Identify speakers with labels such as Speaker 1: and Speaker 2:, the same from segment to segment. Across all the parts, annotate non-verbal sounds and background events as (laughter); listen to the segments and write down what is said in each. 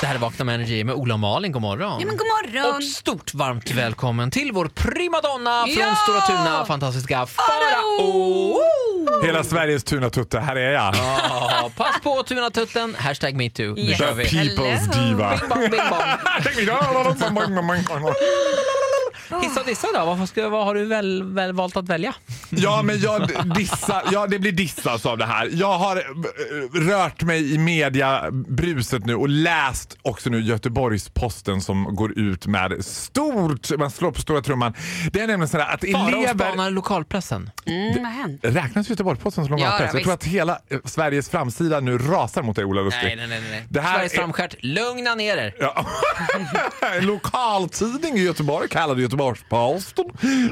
Speaker 1: Det här är Vakna med Energy med Ola och Malin, god morgon.
Speaker 2: Ja, men god morgon.
Speaker 1: Och stort varmt välkommen till vår primadonna från
Speaker 2: Ja!
Speaker 1: Stora Tuna, fantastiska Farao!
Speaker 2: Farao!
Speaker 3: Hela Sveriges tunatutte, här är jag.
Speaker 1: Ja, pass på Tunatutten, hashtag metoo. Nu
Speaker 2: Yes.
Speaker 1: kör
Speaker 3: The
Speaker 1: vi.
Speaker 3: people's
Speaker 2: Hello.
Speaker 3: diva. (laughs)
Speaker 1: Bing bong, bing bong. (laughs) Hissa och dissa då, Varför ska, vad har du väl, väl valt att välja?
Speaker 3: Ja, men jag dissar. Ja, det blir dissas av det här. Jag har eh, rört mig i mediabruset nu och läst också nu Göteborgs-Posten som går ut med stort, man slår på stora trumman. Det är nämligen sådär att
Speaker 1: Farao
Speaker 3: elever...
Speaker 1: spanar lokalpressen.
Speaker 2: Mm, vad hänt?
Speaker 3: Räknas Göteborgs-Posten som lång
Speaker 2: Ja,
Speaker 3: avpress?
Speaker 2: ja,
Speaker 3: Jag tror
Speaker 2: visst.
Speaker 3: att hela eh, Sveriges framsida nu rasar mot dig, Ola Lustig.
Speaker 1: Nej, nej, nej. nej.
Speaker 3: Det här
Speaker 1: Sveriges
Speaker 3: är-
Speaker 1: framskärt, lugna ner er.
Speaker 3: Ja. En lokaltidning i Göteborg kallade Göteborgs-Posten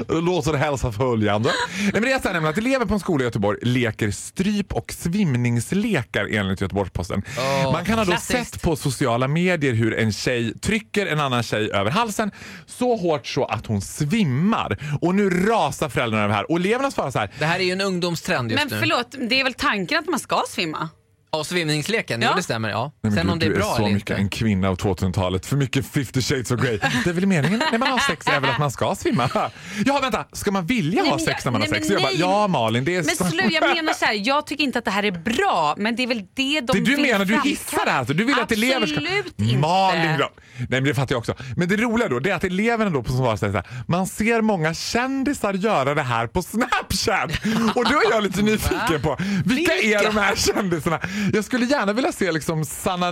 Speaker 3: låter hälsa följande. Nej, men det är så här nämligen att elever på en skola i Göteborg leker stryp och svimningslekar enligt Göteborgs-Posten.
Speaker 1: Åh,
Speaker 3: Man kan ha då
Speaker 1: klassiskt.
Speaker 3: sett på sociala medier hur en tjej trycker en annan tjej över halsen så hårt så att hon svimmar. Och nu rasar föräldrarna över det här och eleverna svarar så här.
Speaker 1: Det här är ju en ungdomstrend just
Speaker 2: Men
Speaker 1: nu.
Speaker 2: förlåt, det är väl tanken att man ska svimma?
Speaker 1: Ja, svimningsleken, ja.
Speaker 2: Ja.
Speaker 1: det stämmer. Ja.
Speaker 3: Nej, men
Speaker 1: Sen
Speaker 3: du,
Speaker 1: om det är
Speaker 3: du
Speaker 1: bra
Speaker 3: så
Speaker 1: eller
Speaker 3: mycket
Speaker 1: inte.
Speaker 3: en kvinna av 2000-talet. För mycket 50 shades of Grey. Det är väl meningen när man har sex är väl att man ska svimma? Ja, vänta. Ska man vilja
Speaker 2: Nej,
Speaker 3: ha
Speaker 2: men
Speaker 3: sex
Speaker 2: jag-
Speaker 3: när man har
Speaker 2: nej,
Speaker 3: sex?
Speaker 2: men
Speaker 3: jag bara,
Speaker 2: nej.
Speaker 3: ja Malin, det är
Speaker 2: Men
Speaker 3: så-
Speaker 2: slu, jag menar så här, jag tycker inte att det här är bra, men det är väl det de
Speaker 3: det du
Speaker 2: vill
Speaker 3: menar, du
Speaker 2: framkalla.
Speaker 3: hissar det här alltså. Du vill att elever ska...
Speaker 2: Absolut inte.
Speaker 3: Malin, bra. Nej men det fattar jag också. Men det roliga då, det är att eleverna då på som var så här, man ser många kändisar göra det här på Snapchat. Och då är
Speaker 2: (laughs)
Speaker 3: jag lite nyfiken på, vilka är de här kändisarna? Jag skulle gärna vilja se liksom Sanna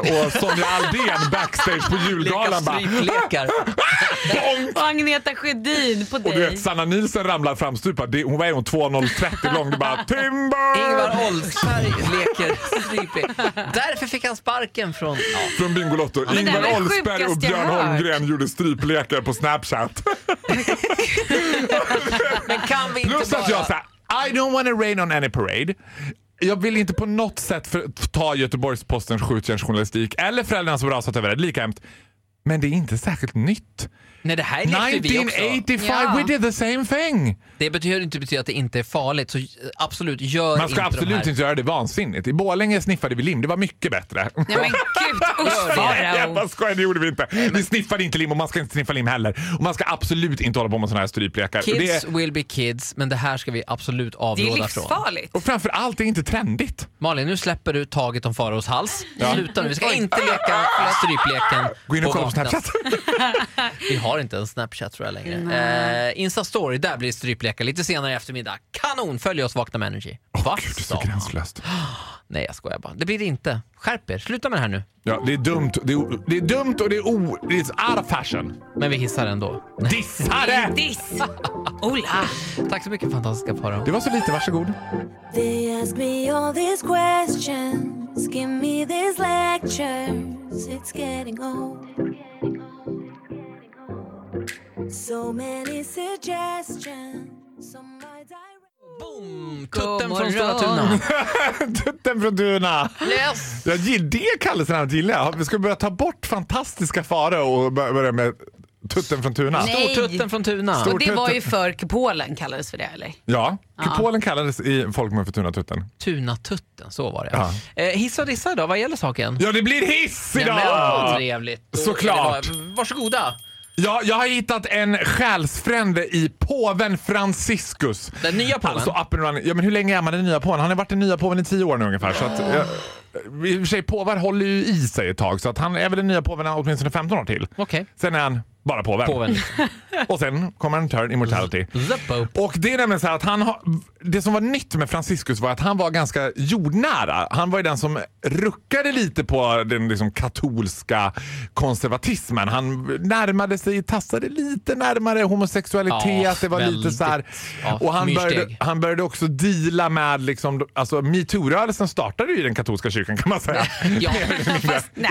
Speaker 2: (laughs)
Speaker 3: och Sonja Aldén backstage på
Speaker 1: Leka
Speaker 3: julgalan. bara,
Speaker 1: stryplekar.
Speaker 3: (laughs)
Speaker 2: Och Agneta Sjödin på dig.
Speaker 3: Och du vet, Sanna Nilsen ramlar framstupad. Det- Hon var ju 2,030 lång. Det bara Timber!
Speaker 1: Ingvar Oldsberg leker stryplek. Därför fick han sparken från... Ja.
Speaker 3: Från Bingolotto.
Speaker 2: men det var
Speaker 3: Ingvar
Speaker 2: det
Speaker 3: Oldsberg och
Speaker 2: sjukaste jag
Speaker 3: Björn
Speaker 2: hört.
Speaker 3: Holmgren gjorde stryplekar
Speaker 2: (laughs)
Speaker 3: på Snapchat.
Speaker 1: Men kan vi inte
Speaker 3: Plus
Speaker 1: bara...
Speaker 3: att jag sa I don't wanna rain on any parade. Jag vill inte på något sätt för, ta Göteborgs-Postens skjutjärnsjournalistik eller föräldrarna som rasat över det. Lika hemskt. Men det är inte särskilt nytt.
Speaker 1: Nej, det här lekte vi också.
Speaker 3: 1985,
Speaker 2: Ja.
Speaker 3: we did the same thing!
Speaker 1: Det betyder inte betyda att det inte är farligt, så eh, absolut, gör
Speaker 3: Man ska
Speaker 1: inte de
Speaker 3: absolut
Speaker 1: här.
Speaker 3: inte göra det vansinnigt. I Borlänge sniffade vi lim, det var mycket bättre.
Speaker 2: Nej men
Speaker 3: (laughs)
Speaker 2: gud, usch
Speaker 3: Nej, jag bara
Speaker 2: Farao.
Speaker 3: skojar, det gjorde vi inte. Vi sniffade inte lim och man ska inte sniffa lim heller. Och man ska absolut inte hålla på med såna här stryplekar. Det
Speaker 1: Kids
Speaker 3: är,
Speaker 1: will be kids, men det här ska vi absolut
Speaker 2: Det är
Speaker 1: avråda från.
Speaker 2: livsfarligt.
Speaker 3: och framför allt, det är inte trendigt.
Speaker 1: Malin, nu släpper du taget om Faraos hals.
Speaker 3: Ja.
Speaker 1: Sluta nu, vi ska inte leka strypleken.
Speaker 3: Gå in och kolla på
Speaker 1: vaknas.
Speaker 3: Snapchat.
Speaker 1: Vi har inte en Snapchat tror jag längre. Eh, Insta story, där blir det stryplekar lite senare i eftermiddag. Kanon! Följ oss Vakna med Energy. Vad
Speaker 3: Gud, det
Speaker 1: sa
Speaker 3: är så
Speaker 1: man?
Speaker 3: gränslöst.
Speaker 1: Nej jag skojar bara. Det blir det inte. Skärp er, sluta med det här nu.
Speaker 3: Ja, det är dumt. Det är, o- det är dumt och det är o... Det är out of fashion.
Speaker 1: Men vi hissar ändå.
Speaker 3: Dissare!
Speaker 2: Diss. Ola.
Speaker 1: Tack så mycket fantastiska Farao.
Speaker 3: Det var så lite, varsågod.
Speaker 4: They ask me all these questions, give me these lectures. It's getting old. So many suggestions. some I direct-
Speaker 1: Boom!
Speaker 2: God
Speaker 1: Tutten från
Speaker 2: morgon.
Speaker 1: Stora Tuna.
Speaker 3: Tutten från Duna.
Speaker 1: Yes!
Speaker 3: Jag gill- det kallelsenamnet gillar jag. Vi ska börja ta bort fantastiska faror och bör- börja med Tutten från Tuna.
Speaker 2: Nej.
Speaker 1: Stortutten från Tuna.
Speaker 2: Och det var ju för kupolen kallades för det eller?
Speaker 3: Ja, kupolen kallades i folkmun för Tunatutten.
Speaker 1: Tunatutten, så var det.
Speaker 3: Ja.
Speaker 1: Eh, hissa och dissa då, vad gäller saken?
Speaker 3: Ja, det blir hiss
Speaker 1: Nej, men, vad
Speaker 3: idag!
Speaker 1: trevligt. Då
Speaker 3: Såklart.
Speaker 1: är det bara- Varsågoda.
Speaker 3: Ja, jag har hittat en själsfrände i påven Franciscus.
Speaker 1: Den nya påven?
Speaker 3: Alltså up and running. Ja, men hur länge är man den nya påven? Han har varit den nya påven i tio år nu ungefär. Så att, eh, I och för sig, påvar håller ju i sig ett tag så att han är väl den nya påven åtminstone 15 år till.
Speaker 1: Okej.
Speaker 3: Sen är han bara påven.
Speaker 1: Påven.
Speaker 3: Och sen kommer en turn immortality.
Speaker 1: The Pope.
Speaker 3: Och det är nämligen så här att han har, det som var nytt med Franciscus var att han var ganska jordnära. Han var ju den som ruckade lite på den liksom katolska konservatismen. Han närmade sig, tassade lite närmare homosexualitet.
Speaker 1: Ja,
Speaker 3: det var lite
Speaker 1: väldigt.
Speaker 3: så här.
Speaker 1: Ja,
Speaker 3: och han
Speaker 1: myrsteg.
Speaker 3: började, han började också deala med, liksom, alltså metoo-rörelsen startade ju i den katolska kyrkan kan
Speaker 1: (laughs)
Speaker 3: man säga. (laughs)
Speaker 1: Ja.
Speaker 2: Fast nej,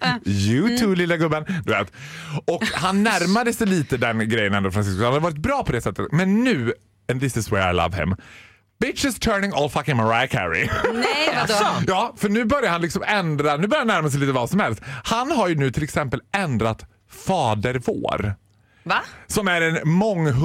Speaker 2: nej.
Speaker 3: You too lilla gubben. Du vet. Och han närmade sig lite den grejen ändå Francisco. Han har varit bra på det sättet. Men nu, and this is where I love him. Bitches turning all fucking Mariah Carey.
Speaker 2: Nej, vadå?
Speaker 3: ja, för nu börjar han liksom ändra, nu börjar han närma sig lite vad som helst. Han har ju nu till exempel ändrat Fader vår
Speaker 2: Va?
Speaker 3: som är en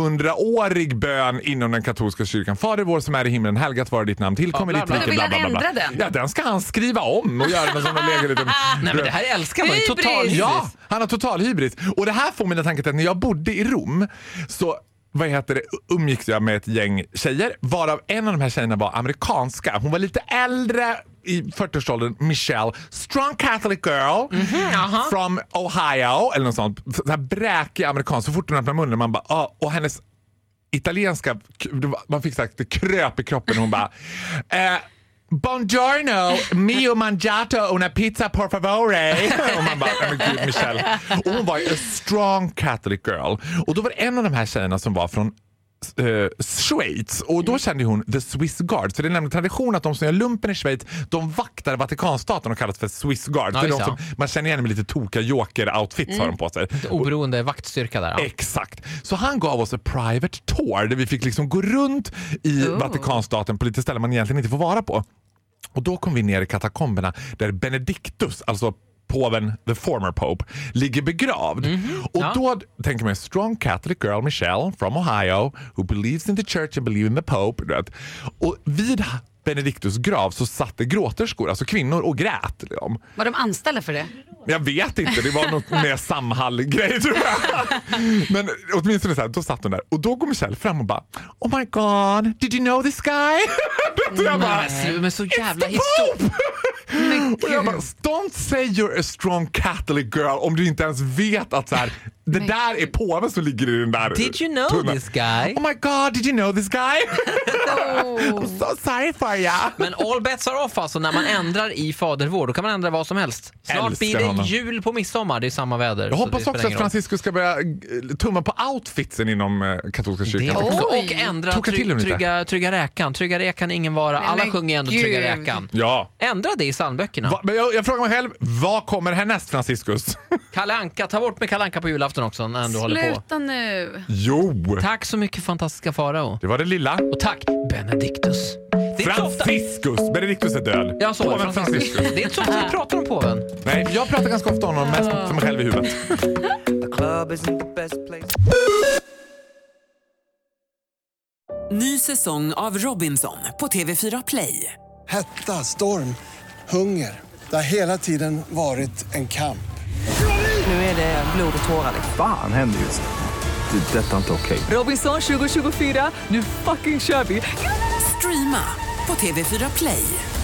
Speaker 3: månghundraårig bön inom den katolska kyrkan. Fader vår som är i himlen, helgat vare ditt namn, tillkommer
Speaker 1: Ja,
Speaker 3: ditt
Speaker 1: bla,
Speaker 2: bla,
Speaker 3: rike.
Speaker 2: bla.
Speaker 3: Bla, bla,
Speaker 2: Men vill
Speaker 3: bla, bla.
Speaker 2: han ändra den?
Speaker 3: Ja, den ska han skriva om och göra den som en
Speaker 2: (laughs)
Speaker 3: lägre liten
Speaker 1: Nej men det här älskar man ju. Total
Speaker 2: Hybris.
Speaker 3: Ja, han har total hybris. Och det här får mina tankar till att när jag bodde i Rom så vad heter det, umgicks jag med ett gäng tjejer varav en av de här tjejerna var amerikanska. Hon var lite äldre i 40-årsåldern, Michelle, strong catholic girl from Ohio eller något sånt. Så här bräkig amerikan. Så fort hon öppnade munnen man bara ah, och hennes italienska, det var- man fick sagt det kröp i kroppen. Hon bara (laughs) eh, Buongiorno, mio mangiato una pizza por favore. (laughs) Och man bara, "Nej, men gud Michelle. Och hon var ju a strong catholic girl. Och då var det en av de här tjejerna som var från eh, Schweiz och då kände ju hon the Swiss Guard. För det är nämligen tradition att de som gör lumpen i Schweiz de vaktar Vatikanstaten och kallas för Swiss Guard.
Speaker 1: Ja,
Speaker 3: det är
Speaker 1: just
Speaker 3: de som,
Speaker 1: det. Mm.
Speaker 3: man känner igen med lite tokiga joker-outfits har de på sig.
Speaker 1: Oberoende vaktstyrka där. Ja.
Speaker 3: Exakt. Så han gav oss en private tour där vi fick liksom gå runt i
Speaker 1: Oh.
Speaker 3: Vatikanstaten på lite ställen man egentligen inte får vara på. Och då kom vi ner i katakomberna där Benedictus, alltså påven, the former pope, ligger begravd. Och
Speaker 1: Mhm. ja.
Speaker 3: då tänker man strong catholic girl Michelle from Ohio who believes in the church and believe in the pope. du Vet. Och vid Benedictus grav så satt det gråterskor, alltså kvinnor, och grät. Liksom.
Speaker 2: Var de anställda för det?
Speaker 3: Jag vet inte, det var något mer Samhall-grej tror jag. Men åtminstone så här, då satt hon där och då går Michelle fram och bara Oh my god, did you know this guy? (laughs) och jag bara,
Speaker 1: Men, men så jävla
Speaker 3: the
Speaker 1: historia.
Speaker 3: och jag bara, don't say you're a strong catholic girl om du inte ens vet att så här, det där är påven som ligger i den där
Speaker 1: Did you know
Speaker 3: tunneln."
Speaker 1: this guy?
Speaker 3: Oh my god, did you know
Speaker 1: (laughs)
Speaker 3: this guy? (laughs) I'm so sorry for ya.
Speaker 1: Men all bets are off alltså när man ändrar i Fader vår. Då kan man ändra vad som helst. Snart
Speaker 3: Älskar
Speaker 1: blir det
Speaker 3: honom.
Speaker 1: jul på midsommar. Det är samma väder.
Speaker 3: Jag
Speaker 1: så alltså, det
Speaker 3: hoppas
Speaker 1: spelar
Speaker 3: också att
Speaker 1: ingen roll.
Speaker 3: Francisco ska börja eh, tumma på outfitsen inom eh, katolska
Speaker 1: Det
Speaker 3: kyrkan.
Speaker 1: också.
Speaker 2: Oj.
Speaker 1: Och ändra
Speaker 3: Toka till dem
Speaker 1: try,
Speaker 3: lite.
Speaker 1: trygga, trygga räkan. Trygga räkan är ingen vara.
Speaker 2: Nej,
Speaker 1: Alla
Speaker 2: men
Speaker 1: sjunger ändå Trygga
Speaker 2: gud.
Speaker 1: räkan.
Speaker 3: Ja.
Speaker 1: Ändra det i psalmböckerna.
Speaker 3: Va, men jag, jag frågar mig själv, vad kommer härnäst Franciscus?
Speaker 1: Kalle Anka, ta bort med Kalle Anka på julafton också när du håller på.
Speaker 2: Sluta nu.
Speaker 3: Jo!
Speaker 1: Tack så mycket fantastiska Farao.
Speaker 3: Det var det lilla.
Speaker 1: Och tack Benediktus. Det är inte så ofta-
Speaker 3: Franciscus! Benedictus är död.
Speaker 1: Ja, så var det.
Speaker 3: Påven
Speaker 1: Franciscus.
Speaker 3: Franciscus.
Speaker 1: Det är inte så ofta vi pratar om påven.
Speaker 3: Nej, jag pratar ganska ofta om honom, mest för mig själv i huvudet.
Speaker 5: Ny säsong av Robinson på TV4 Play.
Speaker 6: Hetta, storm, hunger. Det har hela tiden varit en kamp.
Speaker 7: Nu är det blod och tårar. Liksom.
Speaker 8: Fan händer just det. Det är detta inte okej.
Speaker 5: Robinson 2024, nu fucking kör vi! Streama på TV4 Play.